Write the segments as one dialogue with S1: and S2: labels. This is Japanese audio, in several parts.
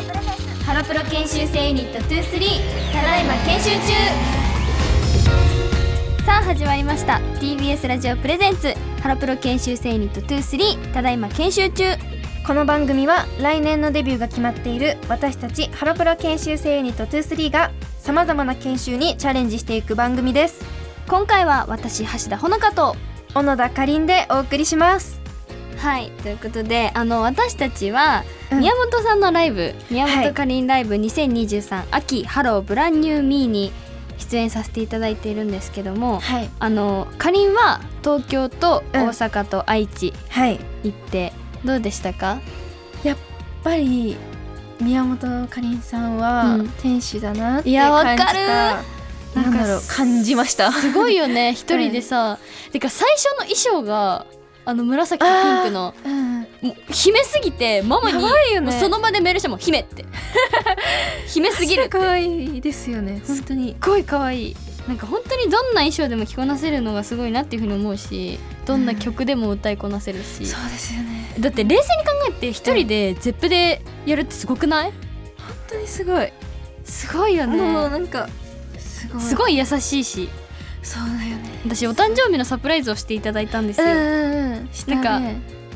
S1: ハロプロ研修生ユニット23ただいま研修中さあ始まりました TBS ラジオプレゼンツハロプロ研修生ユニット23ただいま研修中
S2: この番組は来年のデビューが決まっている私たちハロプロ研修生ユニット23がさまざまな研修にチャレンジしていく番組です
S1: 今回は私橋田ほのかと
S2: 小野田かりんでお送りします
S1: はいということであの私たちは宮本さんのライブ、宮本かりんライブ2023、秋ハローブランニューミーに出演させていただいているんですけども、
S2: はい
S1: あのかりんは東京と大阪と愛知
S2: はいやっ
S1: 行って、どうでしたか
S2: ぱり宮本かりんさんは
S1: うん
S2: 天使だなって
S1: いやわか
S2: 感
S1: る
S2: じた、なんだろ
S1: なん
S2: う
S1: か
S2: 感じました
S1: すごい よね一人でさ、てか最初の衣装があの紫とピンクの
S2: うん
S1: もう姫すぎてママに、
S2: やばいよね
S1: もうその場でメールしても「姫」って 姫すぎるって
S2: 可愛いですよね本当に
S1: すっごい可愛いなんか本当にどんな衣装でも着こなせるのがすごいなっていうふうに思うしどんな曲でも歌いこなせるし、
S2: そうですよね
S1: だって冷静に考えて一人でゼップでやるってすごくない
S2: 本当にすごい
S1: すごいよ
S2: もう
S1: ね
S2: なんかすごい
S1: すごい優しいし
S2: そうだよね
S1: 私お誕生日のサプライズをしていただいたんです
S2: う
S1: よ、
S2: んうんうんしたね
S1: なん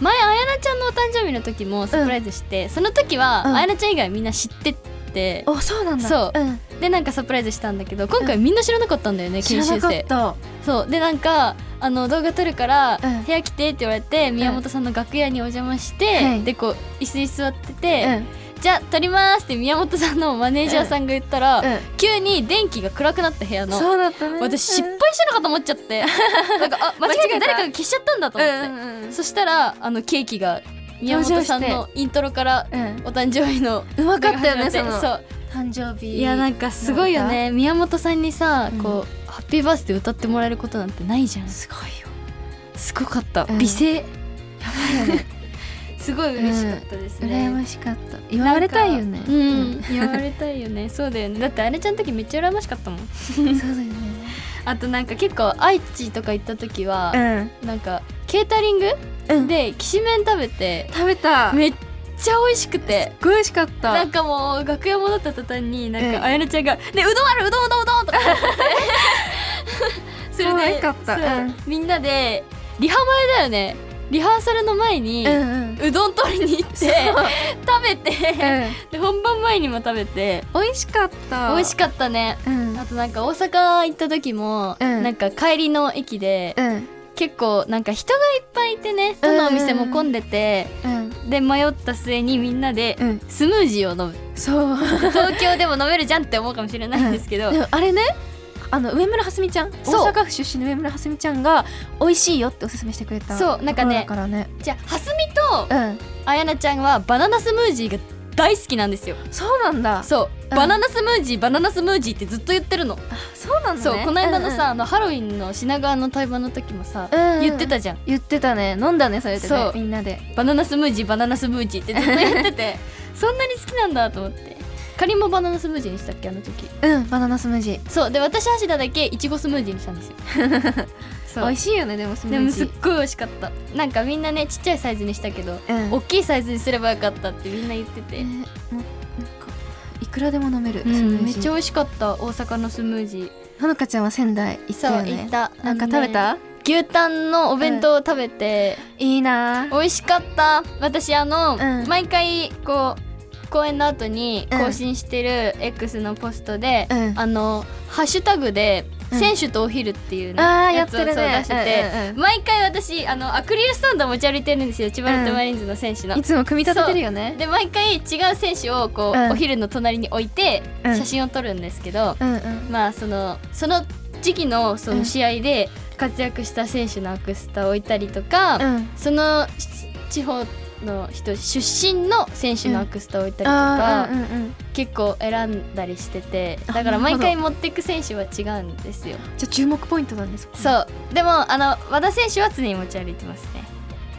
S1: 前あやなちゃんのお誕生日の時もサプライズして、その時は、
S2: うん
S1: あやなちゃん以外みんな知ってて
S2: おそうなんだ
S1: そ
S2: ん
S1: でなんかサプライズしたんだけど今回みんな知らなかったんだよね、
S2: 知
S1: 研
S2: ら
S1: 修
S2: なかっ
S1: 生
S2: た
S1: そうでなんかあの動画撮るから、
S2: うん
S1: 部屋来てって言われて宮本さんの楽屋にお邪魔して、
S2: はい
S1: でこう椅子に座って
S2: うんう
S1: て、
S2: ん
S1: じゃあ撮りますって宮本さんのマネージャーさんが言ったら、急に電気が暗くなった部屋の
S2: そうだったね
S1: 私失敗したのかと思っちゃって、なんかあ間違 え
S2: 間違えた
S1: て誰かが消しちゃったんだと思って、
S2: うんうん
S1: そしたらあのケーキが宮本さんのイントロから
S2: うん
S1: お誕生日の
S2: うまかったよね
S1: 流れ
S2: そ
S1: にな
S2: の
S1: ってそう
S2: 誕生日
S1: いやなんかすごいよね宮本さんにさ
S2: うん
S1: こう、ハッピーバースデー歌ってもらえることなんてないじゃん
S2: すごいよ
S1: すごかった、
S2: うん
S1: 美声
S2: やばいよね
S1: すごい嬉しかったですね、
S2: 羨ましかった言われたいよね
S1: うん、言われたいよねそうだよねだってあれちゃんの時めっちゃ羨ましかったもん
S2: そうだよね
S1: あとなんか結構愛知とか行った時は、
S2: ん
S1: なんかケータリング、
S2: うん
S1: できしめん食べて
S2: 食べた
S1: めっちゃ美味しくて
S2: ごい美味しかった
S1: なんかもう楽屋戻った途端になん
S2: うん
S1: かあやなちゃんが「ねうどんあるうどんうどんうどん!」とか言って それで
S2: 可愛かった
S1: そう
S2: うん
S1: みんなでリハ前だよねリハーサルの前に、
S2: う
S1: うん
S2: うん
S1: どん取りに行って食べて、
S2: う
S1: で本番前にも食べて
S2: ん美味しかった
S1: 美味し
S2: か
S1: かったね
S2: ったうん
S1: あとなんか大阪行った時も、
S2: うん
S1: なんか帰りの駅で、
S2: うん
S1: 結構なんか人がいっぱいいてねどのお店も混んでて、
S2: うん
S1: で迷った末にみんなで
S2: うん
S1: スムージーを飲む
S2: そう
S1: 東京でも飲めるじゃんって思うかもしれないんですけど、
S2: でもあれねあの上村はすみちゃん
S1: そう
S2: 大阪府出身の上村はすみちゃんが美味しいよっておすすめしてくれた
S1: そうなん
S2: とこ
S1: かね
S2: ろだからね
S1: じゃあはすみと
S2: うん
S1: あやなちゃんはバナナスムージーが大好きなんですよ
S2: そうなんだ
S1: そう、
S2: うん
S1: バナナスムージーバナナスムージーってずっと言ってるの、
S2: あそうなんだね
S1: そうこの間のさ、
S2: うんうん
S1: あのハロウィンの品川の対バンの時もさ、
S2: うんうん
S1: 言ってたじゃん
S2: 言ってたね飲んだねそれで
S1: そ
S2: ね
S1: う
S2: みんなで
S1: バナナスムージーバナナスムージーってずっと言って てそんなに好きなんだと思ってかりんもバナナスムージーにしたっけあの時
S2: うんバナナスムージー
S1: そうで私橋田だけいちごスムージーにしたんです よ
S2: 美
S1: そう
S2: 味しいよねでもスム
S1: で
S2: ー
S1: もす
S2: ジ
S1: っ
S2: ー
S1: ごい美味しかったなんかみんなねちっちゃいサイズにしたけど、
S2: うん
S1: 大きいサイズにすればよかったってみんな言ってて、
S2: ねもうなんかいくらでも飲めるス
S1: う
S2: ム
S1: ん
S2: ー
S1: めっ
S2: ジ
S1: ちゃ
S2: ー
S1: 美味しかった大阪のスムージー
S2: ほのかちゃんは仙台行っ
S1: そ
S2: た
S1: う
S2: よ
S1: 行っ
S2: ね
S1: た
S2: なんか
S1: あのね
S2: 食べた
S1: 牛タンのお弁当を食べて、
S2: いいな
S1: 美味しかった私あ
S2: う
S1: の、
S2: ん
S1: 毎回こう公演の後に
S2: うん
S1: 更新してる X のポストで、
S2: うん
S1: あのハッシュタグで「
S2: うん
S1: 選手とお昼」っていうね、
S2: あー
S1: やつを
S2: やってるね
S1: そう出してて、
S2: うんうんうん
S1: 毎回私あのアクリルスタンド持ち歩いてるんですよ千葉ロッテマリーンズの選手の
S2: い。つも組み立ててるよね
S1: で毎回違う選手をこう、
S2: うん
S1: お昼の隣に置いて
S2: うん
S1: 写真を撮るんですけど、
S2: うんうん
S1: まあそのその時期のそうの
S2: ん
S1: 試合で活躍した選手のアクスタを置いたりとか、
S2: うん
S1: そのし地方の人出身の選手のアクスタを置いたりとか、
S2: あーうんうんうん
S1: 結構選んだりしてて
S2: あ
S1: だか
S2: な
S1: ら
S2: る
S1: 毎
S2: ほど
S1: 回持ってく選手は違うんですよ
S2: じゃあ注目ポイントなんですか
S1: そうでもあの和田選手は常に持ち歩いてますね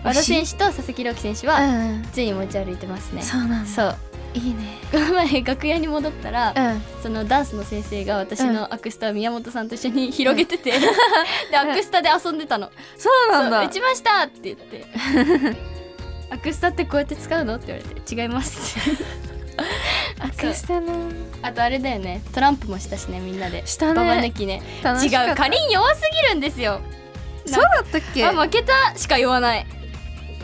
S1: 和田選手と佐々木朗希選手
S2: う
S1: は
S2: んうん
S1: 常に持ち歩いてますね、
S2: そうなんだ
S1: そう
S2: いいね
S1: この前楽屋に戻ったら、
S2: うん
S1: そのダンスの先生が私のアクスタを宮本さんと一緒に広げてて、 でアクスタで遊んでたの
S2: そう
S1: そう打ちましたって言って 「アクスタってこうやって使うの?」って言われて「違います」
S2: ア
S1: そう
S2: トしたな
S1: あとあれだよねトランプもしたしねみんなで
S2: したね
S1: ババ抜きね
S2: 楽
S1: 違
S2: しかった
S1: うかりん弱すぎるんですよ
S2: そうだったっけ
S1: あ負けたしか言わない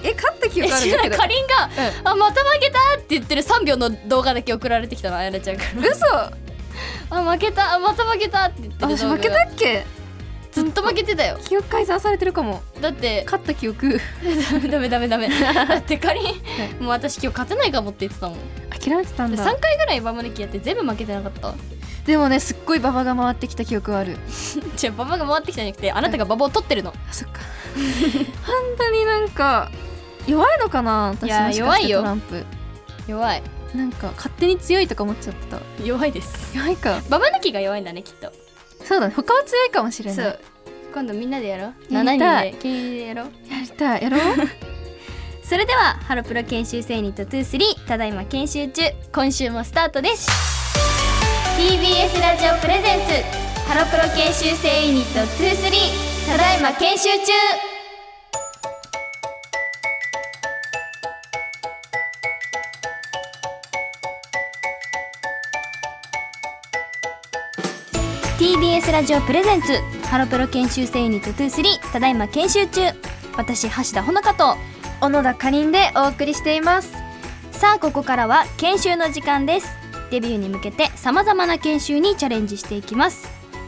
S2: え勝った記
S1: え
S2: 憶あるん
S1: 知
S2: だ
S1: らな
S2: けど
S1: い かりんが「あまた負けた!」って言ってる3秒の動画だけ送られてきたのあやなちゃんか
S2: うん嘘
S1: ら「あ負けたあまた負けた!」って言ってる動
S2: 私
S1: 画
S2: 負けたっけ
S1: ずっと負けてたよ
S2: 記憶改ざんされてるかも
S1: だって
S2: 勝った記憶
S1: ダメダメダメ だってかりんもう私今日勝てないかもって言ってたもん
S2: 諦めてたんだ
S1: 3回ぐらいババ抜きやって全部負けてなかった
S2: でもねすっごいババが回ってきた記憶はある
S1: じゃあババが回ってきたんじゃなくてあなたがババを取ってるの
S2: あそっか本当になんか弱いのかな私もし
S1: いや
S2: かして
S1: 弱いよ
S2: トランプ
S1: 弱い
S2: なんか勝手に強いとか思っちゃってた
S1: 弱いです
S2: 弱いか
S1: ババ抜きが弱いんだねきっと
S2: そうだね他は強いかもしれ
S1: そ
S2: ないう
S1: 今度みんなでやろう
S2: や
S1: 7
S2: りたい
S1: 人で経営でやろう
S2: やりたいやろう
S1: それではハロプロ研修生ニット23ただいま研修中今週もスタートです TBS ラジオプレゼンツハロプロ研修生ユニット23ただいま研修中ラジオプレゼンツハロプロ研修生ユニット23ただいま研修中私橋田ほのかと
S2: 小野田かりんでお送りしています
S1: さあここからは研修の時間ですデビューに向けてさまざまな研修にチャレンジしていきます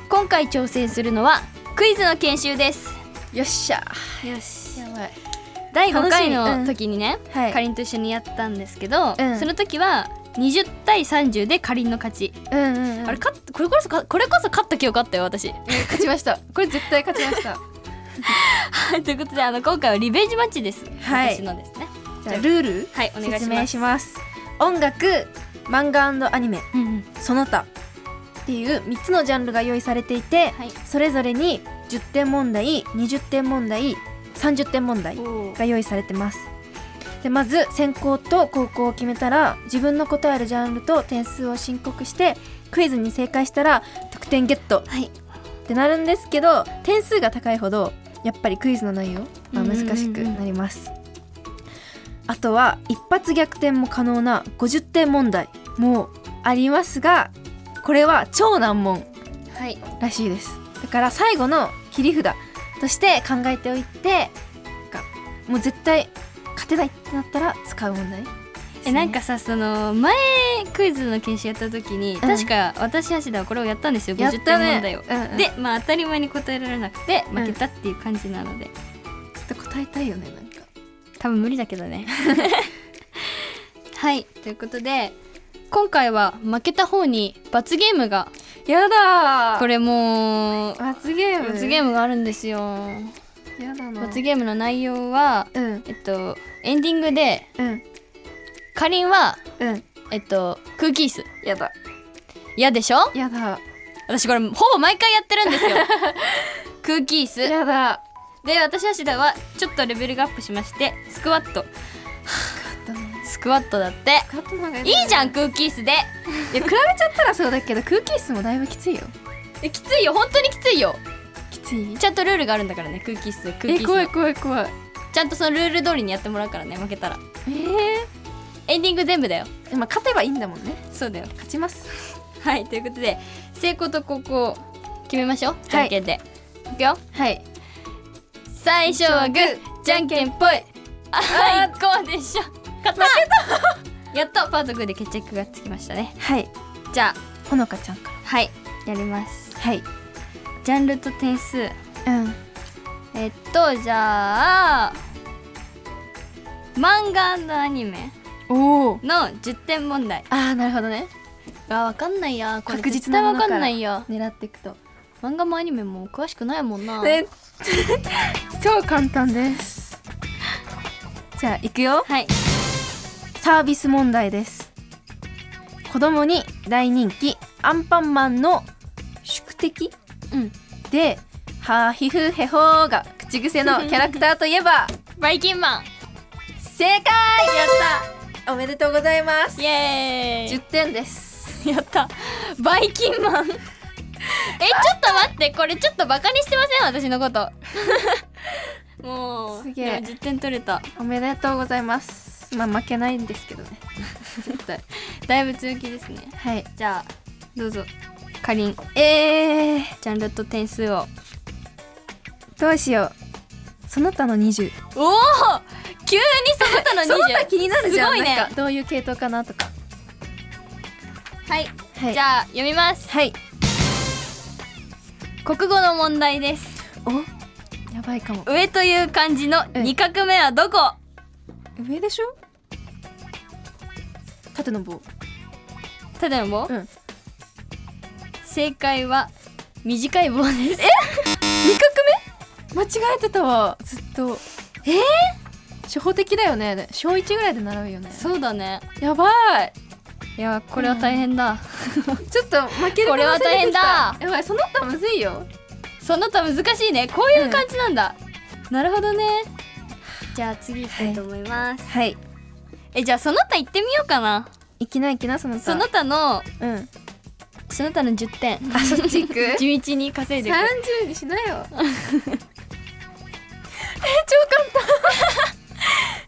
S1: 今回挑戦するのはクイズの研修です
S2: よっしゃ
S1: よし
S2: やばい
S1: 第5回
S2: 楽しみうん
S1: の時にね、
S2: はい
S1: かりんと一緒にやったんですけど、
S2: うん
S1: その時は20対30でかりんの勝ち、
S2: うんうん、うん、
S1: あれ勝っこれこそかこれこそ勝った記憶あったよ私
S2: 勝ちましたこれ絶対勝ちま した
S1: はいということであの今回はリベンジマッチです、
S2: はい
S1: 私のですね
S2: じゃあルール
S1: はいお願いし
S2: 説
S1: ま
S2: 明
S1: す
S2: します音楽漫画アニメ
S1: うんうん
S2: その他っていう3つのジャンルが用意されていて、
S1: はい
S2: それぞれに10点問題20点問題30点問題が用意されてますでまず先行と後攻を決めたら自分の答えるジャンルと点数を申告してクイズに正解したら得点ゲット
S1: はい
S2: ってなるんですけど点数が高いほどやっぱりクイズの内容は難しく
S1: うんうんうん
S2: なります、あとは一発逆転も可能な50点問題もありますがこれは超難問
S1: はい
S2: らしいですだから最後の切り札として考えておいてがもう絶対勝てないってなったら使う問題ですね
S1: えなんかさその前クイズの研修やった時に、確か私橋田はこれをやったんですよ
S2: やっ
S1: 50
S2: た
S1: 点
S2: ね
S1: 問題を、
S2: うんうん
S1: でまあ当たり前に答えられなくて負けたっていう感じなので、
S2: ちょっと答えたいよねなんか
S1: 多分無理だけどね はいということで今回は負けた方に罰ゲームが
S2: やだ
S1: こ
S2: これ
S1: れもう
S2: 罰ゲーム
S1: 罰ゲームがあるんですよ
S2: ムやだな
S1: 罰ゲームの内容は
S2: うん
S1: えっとエンディングで
S2: うん
S1: かりんは
S2: うん
S1: えっと空気椅子
S2: やだ
S1: 嫌でしょ
S2: やだ
S1: 私これほぼ毎回やってるんです よ空気椅子
S2: やだ
S1: で私はシダはちょっとレベルがアップしましてスクワットスクワットだって
S2: 勝ったのが
S1: いいじ
S2: ゃん
S1: ゃん空気椅子で
S2: いや比べちゃったらそうだけど空気椅子もだいぶきついよ
S1: えきついよ本当にきついよ
S2: きつい
S1: ちゃんとルールがあるんだからね空気椅子空
S2: え
S1: 気椅子
S2: 怖い
S1: の
S2: 怖い怖い
S1: ちゃんとそのルール通りにやってもらうからね負けたら
S2: え
S1: エンディング全部だよ
S2: えまあ勝てばいいんだもんね
S1: そうだよ
S2: 勝ちます
S1: はいということで成功と後攻決めましょうじゃんけんで、い、くよ
S2: はい
S1: 最初はグーじゃんけんぽいあいこうでしょ勝ったやっとパートグーで決着がつきましたね
S2: はい
S1: じゃあ
S2: ほのかちゃんから
S1: はいやります
S2: はい
S1: ジャンルと点数
S2: うん
S1: えっとじゃあ漫画アニメ
S2: おお
S1: の10点問題
S2: ああなるほどね
S1: あわかんないやこれ
S2: 確実
S1: 絶対
S2: なも
S1: わ
S2: の
S1: か
S2: から
S1: んないや
S2: 狙っていくと
S1: 漫画もアニメも詳しくないもんな、
S2: ね 超簡単ですじゃあいくよ
S1: はい
S2: サービス問題です子供に大人気アンパンマンの宿敵
S1: うん
S2: で「ハーヒフヘホー」が口癖のキャラクターといえ ば
S1: バイキンマン
S2: 正解や ったおめでとうございます
S1: イエー
S2: 10点です
S1: イやったバイキンマンえちょっと待ってこれちょっとバカにしてません私のこともう
S2: すげえ
S1: でも10点取れた
S2: おめでとうございますまあ負けないんですけどね
S1: 絶対だいぶ強気ですね
S2: はい
S1: じゃあどうぞかりん
S2: えー、
S1: ジャンルと点数を
S2: どうしようその他の20
S1: おお急にその他の20
S2: その他気になるじゃん
S1: すごいね
S2: なんかどういう系統かなとか
S1: はい、
S2: はい
S1: じゃあ読みます
S2: はい
S1: 国語の問題です
S2: おやばいかも
S1: 上という漢字の
S2: うん
S1: 二画目はどこ、
S2: 上でしょ縦の棒
S1: ただも、
S2: うん
S1: 正解は短い棒です
S2: 間違えてたわずっと
S1: えー
S2: 初歩的だよね小1ぐらいで習うよね
S1: そうだね
S2: やばい
S1: いやこれは大変だ、
S2: ちょっと負ける
S1: これは大変だ
S2: 可能性出てきたやばいその他むずいよ
S1: その他難しいねこういう感じなんだ、なるほどねじゃあ次行きたいと思います、
S2: はい
S1: えじゃあその他行ってみようかない
S2: きないきなその他
S1: その他の
S2: うん
S1: その他の10点
S2: あそっち行く
S1: 地道に稼いでいく
S2: 30にしなよ え超簡単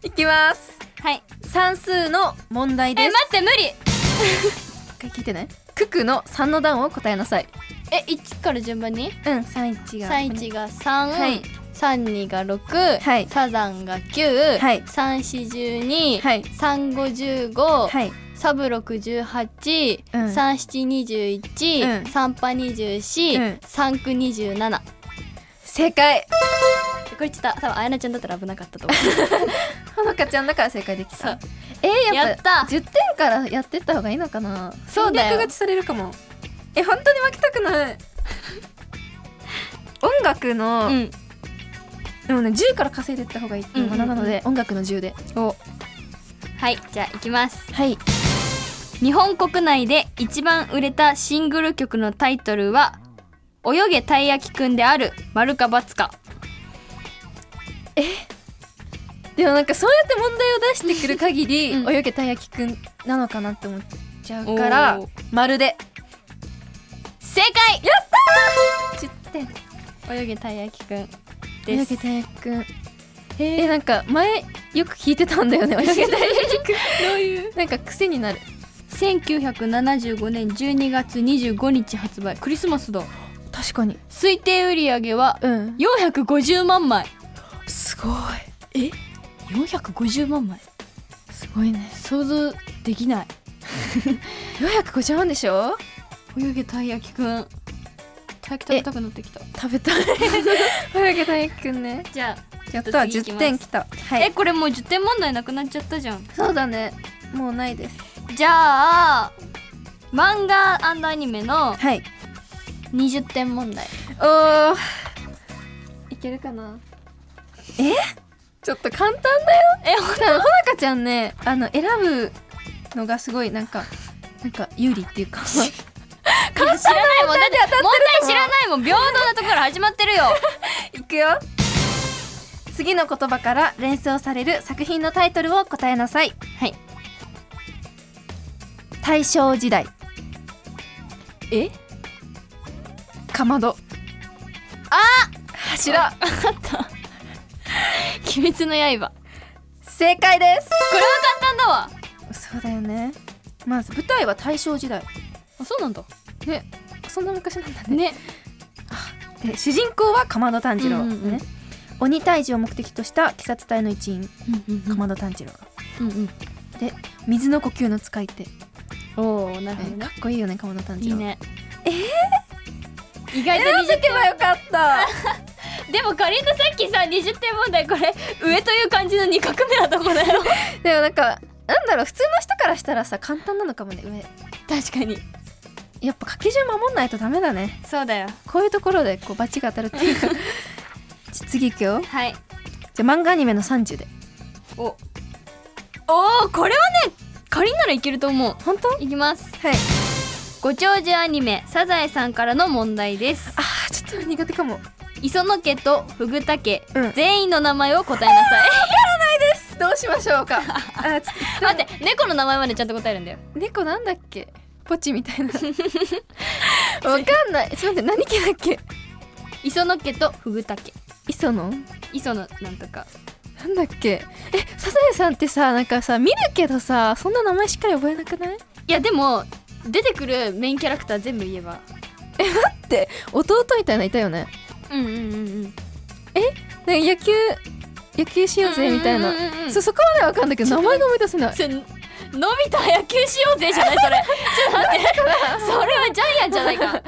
S2: いきます
S1: はい
S2: 算数の問題
S1: え
S2: で
S1: 待
S2: す
S1: って無理
S2: 一回聞いてね九九の三の段を答えなさい
S1: え1から順番に
S2: うん三一が
S1: 三一が三、
S2: はい
S1: 三二が六、
S2: はい
S1: サザンが九、
S2: はい
S1: 三四十二、
S2: はい
S1: 三五十五、
S2: はい
S1: サブ六十八
S2: う、ん
S1: 三七二十一
S2: う、ん
S1: 三八二十四
S2: うん、
S1: 三九二十七。
S2: 正解
S1: これちょっと多分あやなちゃんだったら危なかったと思
S2: ほのかちゃんだから正解できた
S1: う。
S2: えー、や
S1: や
S2: っ
S1: っ
S2: ぱ
S1: た。
S2: 十点からやってった方がいいのかな。
S1: そうだ
S2: 戦
S1: よ
S2: 略勝ちされるかも。え本当に負けたくない。音楽の、
S1: うん。
S2: でもね十から稼いでった方がいいっていうのが
S1: うんうんうん
S2: なので、音楽の十で。
S1: お。はい、じゃあ行きます。
S2: はい。
S1: 日本国内で一番売れたシングル曲のタイトルは「泳げたい焼きくん」である「丸か×か
S2: でもなんかそうやって問題を出してくる限り、
S1: うん
S2: 泳げたいやきくんなのかなって思っちゃ」うから
S1: おー
S2: まるで
S1: 正解
S2: 十点。
S1: 泳げたいやきくん
S2: 泳
S1: で
S2: げ
S1: す。
S2: たいやきくん。えー、なんか前よく聞いてたんだよ ね泳げたいやきくん。どういうなんか癖になる。
S1: 1975年12月25日発売クリスマスだ
S2: 確かに。
S1: 推定売上は
S2: うん。
S1: 450万枚
S2: すごい
S1: 450万枚
S2: すごいね
S1: 想像できない
S2: 450万でしょ
S1: 泳げたいやきくんたい焼き食べたくなってきた
S2: 食べた い泳げたいくんね
S1: じゃ
S2: やった
S1: ちょっと次行き
S2: 10
S1: ます
S2: 点きた
S1: あ、
S2: は
S1: えこれもう10点問題なくなっちゃったじゃん
S2: そうだねもうないです
S1: じゃあ漫画アニメの
S2: はい
S1: 20点問題
S2: おーいけるかなえちょっと簡単だよ
S1: えほん
S2: ただほなかちゃんねあの選ぶのがすごいなんかなんか有利って いうか
S1: 知らないもんだって問題知らないもん平等なところ始まってるよ
S2: いくよ次の言葉から連想される作品のタイトルを答えなさい
S1: はい
S2: 大正時代
S1: え
S2: かまど
S1: あ
S2: 柱
S1: 鬼滅の刃
S2: 正解です
S1: これは簡単だわ
S2: そうだよねまず舞台は大正時代
S1: あそうなんだ
S2: ねそんな昔なんだね
S1: ね
S2: で主人公は竈門炭治郎、
S1: うんうんうん
S2: ね鬼退治を目的とした鬼殺隊の一員竈門炭治郎が、
S1: うんうん
S2: 水の呼吸の使い手、
S1: おおなる
S2: えかっこいいよね竈門炭
S1: い
S2: 治
S1: い
S2: 郎
S1: ねえ意外と
S2: 選んでけばよかった
S1: 20でもかりんとさっきさ20点問題これ上という漢字の2画目はどこだよ
S2: でもなんかなんだろう普通の人からしたらさ簡単なのかもね上
S1: 確かに
S2: やっぱ書き順守んないとダメだね
S1: そうだよ
S2: こういうところでこうバチが当たるっていう かじゃ次行くよ
S1: はい
S2: じゃあ漫画アニメの30で
S1: おおーこれはねかりんならいけると思う
S2: 本当はい
S1: きますご長寿アニメ「サザエさん」からの問題です
S2: あーちょっと苦手かも
S1: 磯野家とフグタ家、
S2: うん
S1: 全員の名前を答えなさい
S2: どうしましょう かあーちょっ
S1: 待って猫の名前までちゃんと答えるんだよ
S2: と猫なんだっけポチみた いなわかんないちょっと待って何家だっけ
S1: 磯野家とフグタ家
S2: 磯野
S1: 磯野なんとか
S2: なんだっけえサザエさんってさなんかさ見るけどさそんな名前しっかり覚えなくない
S1: いやでも出てくるメインキャラクター全部言えば
S2: って弟みたいないたよね
S1: うんうんうんうん
S2: なんか野球野球しようぜみたいなそ
S1: そ
S2: そこまでわかんないけど名前が思い出せない
S1: それのび太野球しようぜじゃないそれちょっと待ってそれはジャイアンじゃないか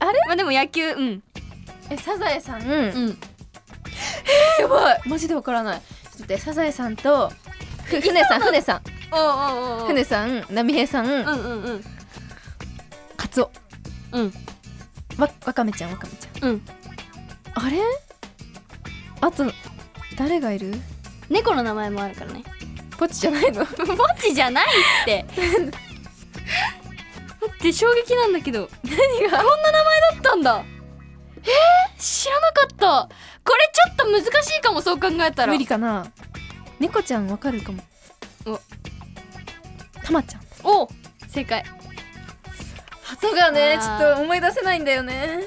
S2: あれ
S1: まあでも野球うん
S2: えサザエさん、
S1: うん
S2: やばいマジでわからないちょっと待ってサザエさんとふ船さん船さん
S1: おうおうおうおう
S2: 船さん波平さん、
S1: うんうんうん
S2: カツオ
S1: うん
S2: わわかめちゃんわかめちゃん
S1: うん
S2: あれあと誰がいる
S1: 猫の名前もあるからね
S2: ポチじゃない の
S1: ぼっちじゃないって待って衝撃なんだけど何がこんな名前だったんだえー、知らなかったこれちょっと難しいかもそう考えたら
S2: 無理かな猫ちゃんわかるかも
S1: お
S2: たまちゃん
S1: お正解
S2: 鳩がね
S1: あ
S2: ち
S1: ー
S2: ょっと思い出せないんだよね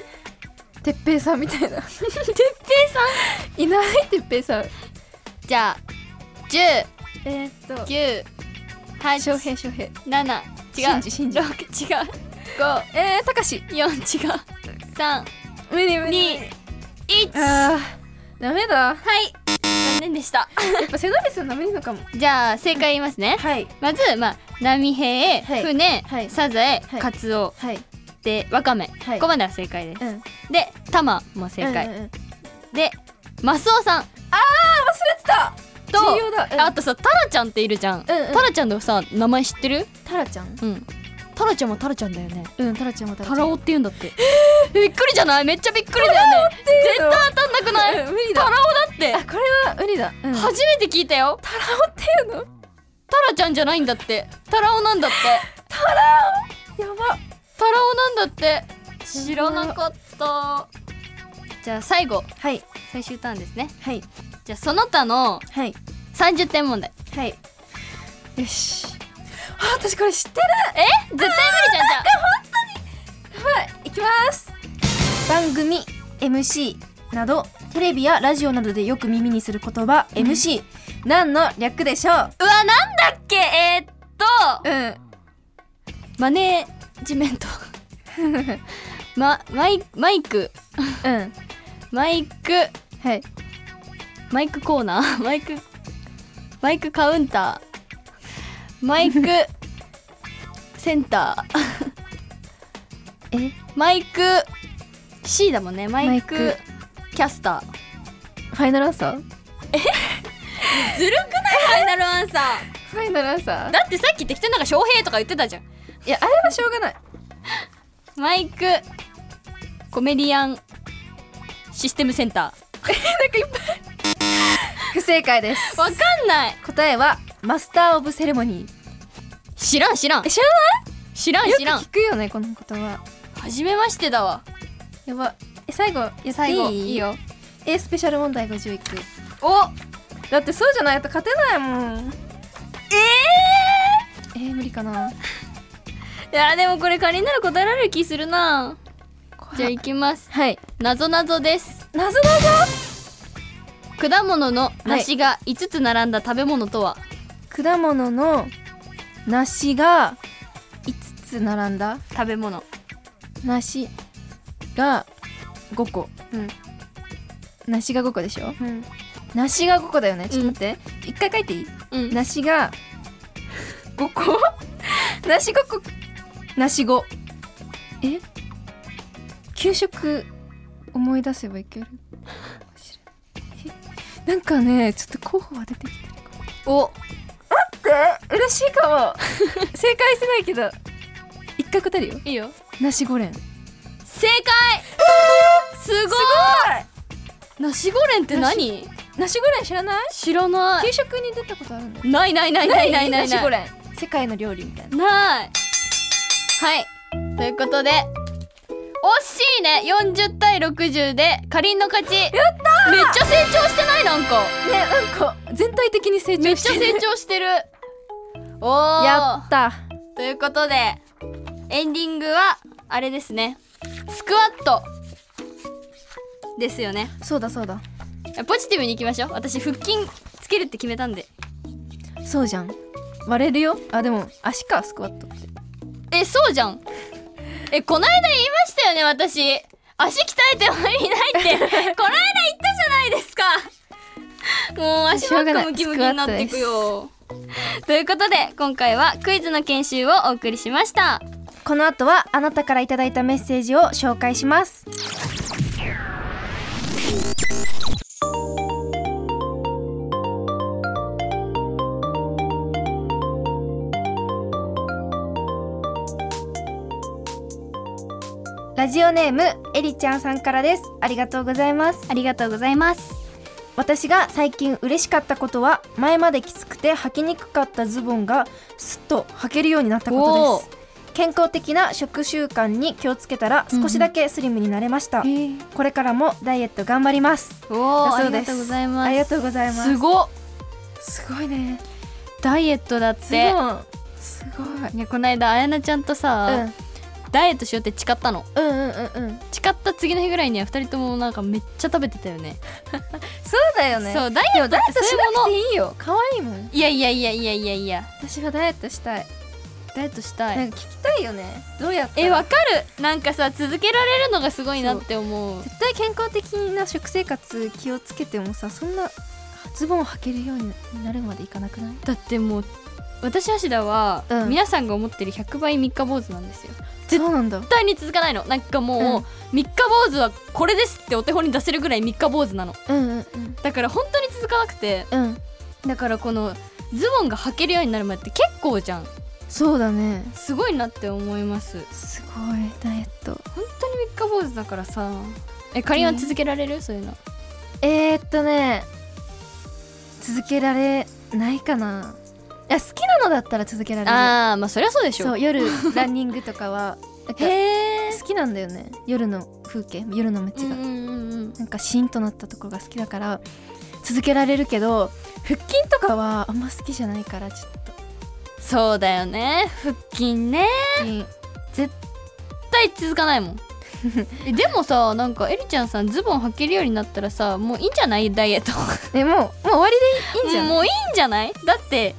S2: てっぺいさんみた いなてっぺいさんいないてっぺいさん
S1: じゃあ
S2: えー、っと
S1: 109
S2: 翔平翔平
S1: 七違う
S2: 信じ信じ
S1: 六違う
S2: 五えー、たかし
S1: 五四違う三
S2: 無理無
S1: 二一は
S2: あーダメだや
S1: い残念でした
S2: っぱ背伸びするの無理のかも
S1: じゃあ正解言いますね
S2: はい
S1: まずまあ波平、
S2: はい
S1: 船、
S2: はい
S1: サザエ、
S2: はい
S1: カツオ
S2: はい
S1: でわかめ、
S2: はい
S1: ここまでは正解です
S2: う、ん
S1: でタマも正解、
S2: うんうんうん、
S1: でマスオさん
S2: あ
S1: と
S2: 忘れてた重要だ、うん、
S1: あとさタラちゃんっているじゃん、
S2: うんうん
S1: タラちゃんのさ名前知ってる
S2: タラちゃん
S1: うんタラちゃんもタラちゃんだよね
S2: うんタラちゃんはタ
S1: タラオって言うんだってびっくりじゃないめっちゃびっくりだ よね絶対当たんなくない
S2: うん無理
S1: タ
S2: だ
S1: ラオだって
S2: あこれは無理だ、うん、
S1: 初めて聞いたよ
S2: タラオっていうの
S1: タラちゃんじゃないんだってタラオなんだって
S2: やば
S1: タラオなんだって知らなかったじゃあ最後
S2: はい
S1: 最終ターンですね
S2: はい
S1: じゃあその他の
S2: はい
S1: 30点問題
S2: はいよしあ私これ知ってる
S1: 絶対無理じゃんじゃあ
S2: いきます番組 MC などテレビやラジオなどでよく耳にする言葉 MC 何の略でしょう
S1: うわなんだっけえー、っ
S2: う
S1: と
S2: ん
S1: マネージメント ま、マイマイク
S2: うん
S1: マイク
S2: はい
S1: マイクコーナー マイクマイクカウンターマイクセンター
S2: え
S1: マイク C だもんねマイク
S2: マイク
S1: キャスター
S2: ファイナルアンサー
S1: ずるくないファイナルアンサ
S2: ファイナルアンサー
S1: ーだってさっき適当になんか翔平とか言ってたじゃん
S2: いやあれはしょうがない
S1: マイクコメディアンシステムセンタ
S2: 不正解です
S1: ーわかんない
S2: 答えはマスター・オブ・セレモニー
S1: 知らん知らん
S2: え知らな
S1: 知らん
S2: いよ
S1: 知
S2: く
S1: らん
S2: 聞くよねこの言葉
S1: 初めましてだわ
S2: やばえ最後やって
S1: 最
S2: い
S1: 後
S2: い
S1: いいよ
S2: えスペシャル問題51
S1: お
S2: だってそうじゃないと勝てないもんえー、え無理かない
S1: やでもこれ仮なら答えられる気するなじゃあいきます
S2: はい
S1: なぞなぞです
S2: 謎謎
S1: 果物の梨が5つ並んだ食べ物とは、
S2: 果物の梨が5つ並んだ
S1: 食べ物
S2: 梨が5個
S1: うん
S2: 梨が5個でしょ
S1: うん
S2: 梨が5個だよねちょっと待って、一回書いていい
S1: うん
S2: 梨が5個 梨5個梨5え給食思い出せばいけるかもしれないえなんかねちょっと候補は出てきてるか
S1: お
S2: って嬉しいかも 正解してないけど一回答えるよ
S1: いいよ
S2: 梨5連
S1: 正解すごい梨ゴレンって何
S2: 梨5連知らない
S1: 知らな
S2: 給食に出たことあるんだよ
S1: いないないないないないない
S2: 梨
S1: な
S2: 5
S1: い
S2: 連世界の料理みたいな
S1: ないはいということで惜しいね40対60でかりんの勝ちやっためっちゃ成長してないなんか
S2: ねなんか全体的に成
S1: め
S2: 長
S1: っ
S2: し
S1: ちゃ
S2: てる
S1: 成長してるおお
S2: やった
S1: ということでエンディングはあれですねスクワットですよね
S2: そうだそうだ
S1: ポジティブにいきましょう私腹筋つけるって決めたんで
S2: そうじゃん割れるよあでも足かスクワットって
S1: えそうじゃんえこないだ言いましたよね私足鍛えても 意味ないってこの間言ったじゃないですかもう足ばっかムキムキになっていく
S2: し
S1: よということで今回はクイズの研修をお送りしました
S2: この後はあなたからいただいたメッセージを紹介しますラジオネームえりちゃんさんからですありがとうございます
S1: ありがとうございます
S2: 私が最近嬉しかったことは前まできつくて履きにくかったズボンがすっと履けるようになったことです健康的な食習慣に気をつけたら少しだけスリムになれました、これからもダイエット頑張ります
S1: おお
S2: だ
S1: あ
S2: そう
S1: り
S2: で
S1: が
S2: す
S1: とうございます
S2: ありがとうございます
S1: すごっ
S2: すごいね
S1: ダイエットだっ
S2: す
S1: て
S2: ごいすごい
S1: いやこの間綾菜ちゃんとさ、ダイエットしようって誓ったの
S2: うんうんうんうん
S1: 誓った次の日ぐらいには2人ともなんかめっちゃ食べてたよね
S2: そうだよね
S1: そうダイエットってそういうもの
S2: いいよ可愛いもん
S1: いやいやいやいやいやいや
S2: 私はダイエットしたい
S1: ダイエットしたい
S2: なんか聞きたいよねどうやって
S1: えわかるなんかさ続けられるのがすごいなって思う
S2: 絶対健康的な食生活気をつけてもさそんなズボンを履けるようになるまでいかなくない
S1: だってもう私芦田は、
S2: うん
S1: 皆さんが思ってる100倍三日坊主なんですよ絶
S2: そうなんだ
S1: 対に続かないのなんかもう、
S2: うん
S1: 三日坊主はこれですってお手本に出せるぐらい三日坊主なの
S2: うんうんうん
S1: だから本当に続かなくて
S2: うん
S1: だからこのズボンが履けるようになるまでって結構じゃん
S2: そうだね
S1: すごいなって思います
S2: すごいダイエット
S1: 本当に三日坊主だからさえかりんは続けられるそういうの
S2: えー、っとね続けられないかないや好きなのだったら続けられる
S1: ああまあそりゃそうでしょ
S2: そう夜ランニングとか はなんか
S1: へえ
S2: 好きなんだよね夜の風景夜の街が、なんかシーンとなったところが好きだから続けられるけど腹筋とかはあんま好きじゃないからちょっと
S1: そうだよね腹筋ね
S2: 腹筋
S1: 絶対続 かないもんえでもさなんかえりちゃんさんズボン履けるようになったらさもういいんじゃないダイエット
S2: え もうもう終わりでいいいいんじゃない
S1: もういいんじゃないだって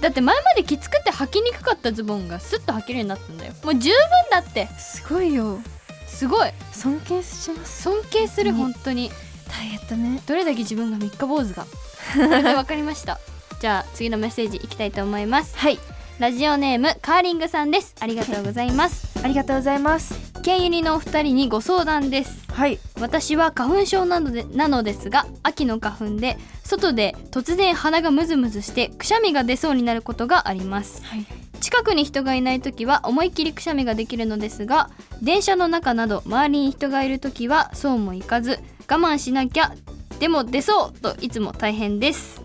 S1: だって前まできつくて履きにくかったズボンがスッと履けるようになったんだよもう十分だって
S2: すごいよ
S1: すごい
S2: 尊敬します
S1: 尊敬する
S2: 本
S1: 本当に
S2: ダイエットね
S1: どれだけ自分が三日坊 主かこれで分かりましたじゃあ次のメッセージいきたいと思います
S2: はい
S1: ラジオネームカーリングさんですありがとうござい ます
S2: ありがとうございます
S1: ケンユニのお二人にご相談です
S2: はい
S1: 私は花粉症なのでなのですが秋の花粉で外で突然鼻がムズムズしてくしゃみが出そうになることがあります
S2: はい
S1: 近くに人がいない時は思いっきりくしゃみができるのですが電車の中など周りに人がいる時はそうもいかず我慢しなきゃでも出そうといつも大変です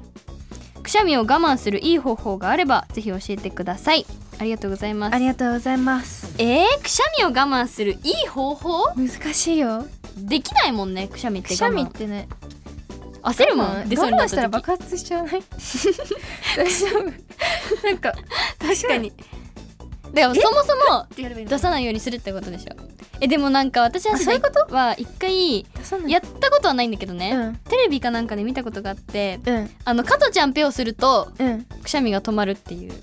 S1: くしゃみを我慢するいい方法があればぜひ教えてくださいありがとうございま
S2: あ
S1: す
S2: りがとうございます
S1: えー、くしゃみを我慢するいい方法
S2: 難しいよ
S1: できないもんねくしゃみって
S2: く
S1: 我慢
S2: しゃみってね
S1: 焦るも
S2: 我慢
S1: ん出そうにな
S2: 我慢
S1: っ
S2: したら
S1: た時
S2: 爆発しちゃわない大丈夫なんか
S1: 確かにでもそもそも
S2: てやればいい
S1: 出
S2: 出
S1: さないようにするってことでしょえでもなんか私は
S2: あそういうこ
S1: は一回
S2: さない
S1: やったことはないんだけどね、
S2: うん
S1: テレビかなんかで見たことがあって
S2: うん
S1: あの加トちゃんペをすると
S2: うん
S1: くしゃみが止まるっていう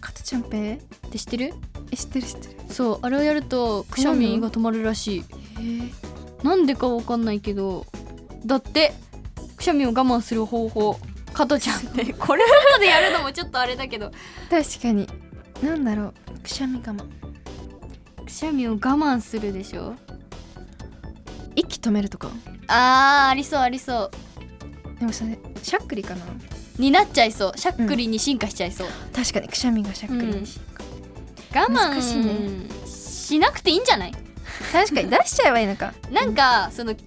S2: カトちゃんぺ
S1: って知ってる
S2: え知ってる知ってる
S1: そうあれをやるとくしゃみが止まるらしいなんでかわかんないけどだってくしゃみを我慢する方法加トちゃんペ これ外でやるのもちょっとあれだけど
S2: 確かになんだろうくしゃみ我慢
S1: くしゃみを我慢するでしょ
S2: 息止めるとか
S1: あーありそうありそう
S2: でもそれしゃっくりかな
S1: になっちゃいそうしゃっくりに進化しちゃいそう、
S2: 確かにくしゃみがしゃっくりにし
S1: 我慢
S2: 難しいね
S1: しなくていいんじゃない
S2: 確かに出しちゃえばいい のか
S1: なんか、その急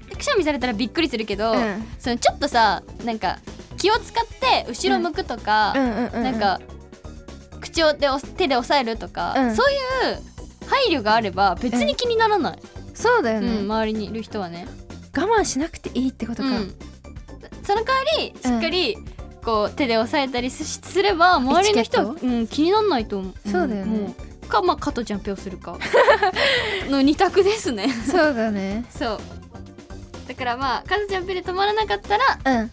S1: にくしゃみされたらびっくりするけど、
S2: うん
S1: そのちょっとさなんか気を使って後ろ向くとか、
S2: うんうんうん
S1: なんか口をでお手で押さえるとか、
S2: うん
S1: そういう配慮があれば別に気にならない、
S2: そうだよ
S1: うん
S2: ね我
S1: 周りにいる人はね。
S2: 慢しなくていいってことか
S1: うんその代わりしっかり、こう手で押さえたりすすれば周りの人は、
S2: エチ
S1: うん、気にならないと思う
S2: そうだよね
S1: もうかまあ加藤ちゃんペをするかの二択ですね
S2: そうだね
S1: そうだからまあ加藤ちゃんペで止まらなかったら
S2: うん
S1: あ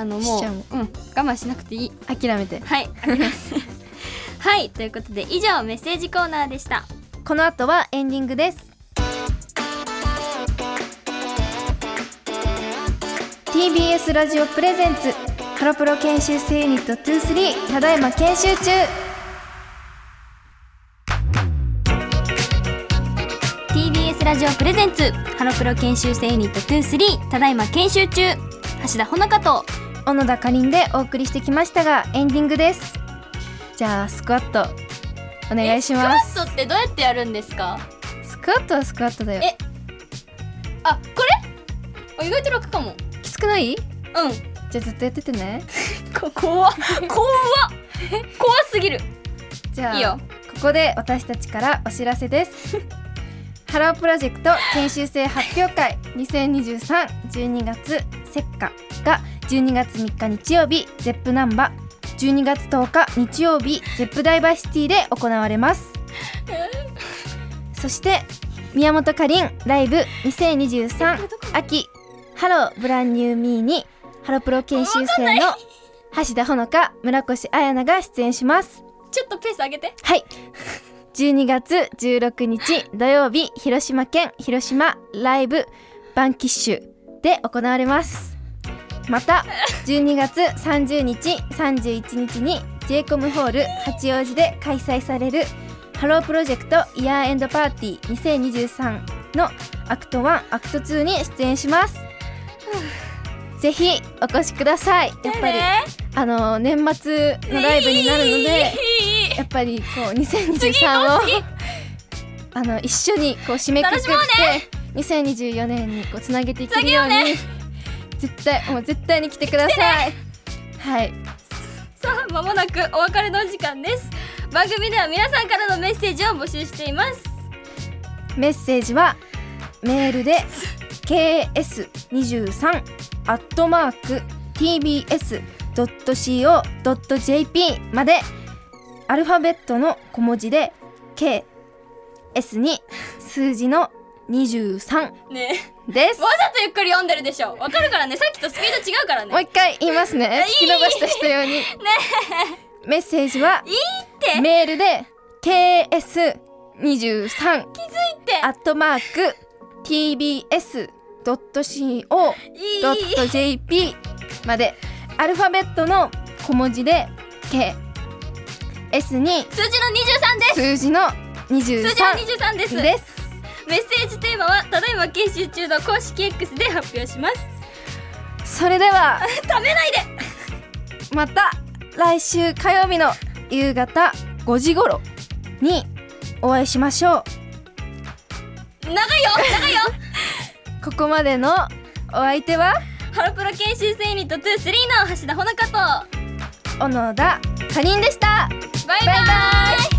S1: あの
S2: し
S1: もう
S2: ちゃうもん
S1: うん、我慢しなくていい
S2: 諦めて
S1: はい はいということで以上メッセージコーナーでした
S2: この後はエンディングです TBS ラジオプレゼンツハロプロ研修生ユニット23ただいま研修中
S1: TBS ラジオプレゼンツハロプロ研修生ユニット23ただいま研修中橋田ほのかと
S2: 小野田かりんでお送りしてきましたがエンディングですじゃあスクワットお願いします
S1: スクワットってどうやってやるんですか
S2: スクワットはスクワットだよ
S1: えあこれあ意外と楽かも
S2: きつくない
S1: うん
S2: じゃあずっとやっててね
S1: こ 怖っ怖っ怖すぎる
S2: じゃあ
S1: いいよ
S2: ここで私たちからお知らせですハロープロジェクト研修生発表会202312月セッカが12月3日日曜日ゼップナンバ12月10日日曜日ゼップダイバーシティで行われますそして宮本かりんライブ2023秋ハローブランニューミーにハロプロ研修生の橋田ほのか村越彩菜が出演します
S1: ちょっとペース上げて
S2: はい。12月16日土曜日広島県広島ライブバンキッシュで行われますまた12月30日31日に j コムホール八王子で開催されるハロープロジェクトイヤーエンドパーティー2023のアクト1アクト2に出演しますぜひお越しくださいやっぱりあの年末のライブになるので
S1: いいいい
S2: やっぱりこう2023を
S1: 次
S2: あの一緒にこう締めくくっ
S1: 楽しもう
S2: て2024年にこうつなげていけるように絶対もう絶対に来てください。はい、
S1: さあまもなくお別れのお時間です番組では皆さんからのメッセージを募集しています
S2: メッセージはメールで ks 二十三アットマーク tbs ドット co ドット jp までアルファベットの小文字で k s に数字の二十三
S1: ね
S2: です
S1: え。わざとゆっくり読んでるでしょわかるからねさっきとスピード違うからね
S2: もう一回言いますね
S1: いい
S2: 聞き逃した人用 にメッセージはい
S1: いって
S2: メールで ks23
S1: って
S2: アットマーク tbs.co.jp
S1: いい
S2: までアルファベットの小文字で ks に
S1: 数字の23です
S2: 数字の
S1: 数字の
S2: 23
S1: 23です
S2: です
S1: メッセージテーマはただいま研修中の公式 X で発表します
S2: それでは
S1: 食べないで
S2: また来週火曜日の夕方5時頃にお会いしましょう
S1: 長いよ長いよ
S2: ここまでのお相手は
S1: ハロプロ研修生ユニット23の橋田ほのかと
S2: 小野田かりんでした
S1: バイバイ